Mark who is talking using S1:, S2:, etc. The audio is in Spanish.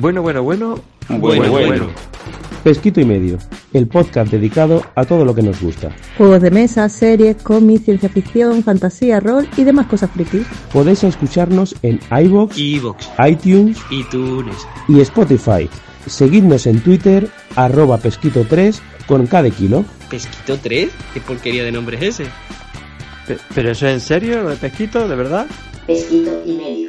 S1: Bueno, bueno, bueno.
S2: Bueno, bueno.
S3: Pesquito y Medio, el podcast dedicado a todo lo que nos gusta.
S4: Juegos de mesa, series, cómics, ciencia ficción, fantasía, rol y demás cosas frikis.
S3: Podéis escucharnos en iVoox,
S2: Evox,
S3: iTunes
S2: iTunes,
S3: y Spotify. Seguidnos en Twitter, arroba pesquito3 con cada kilo.
S2: Pesquito 3. ¿Qué porquería de nombre es ese?
S1: Pe- ¿Pero eso es en serio, lo de pesquito, de verdad?
S5: Pesquito y medio.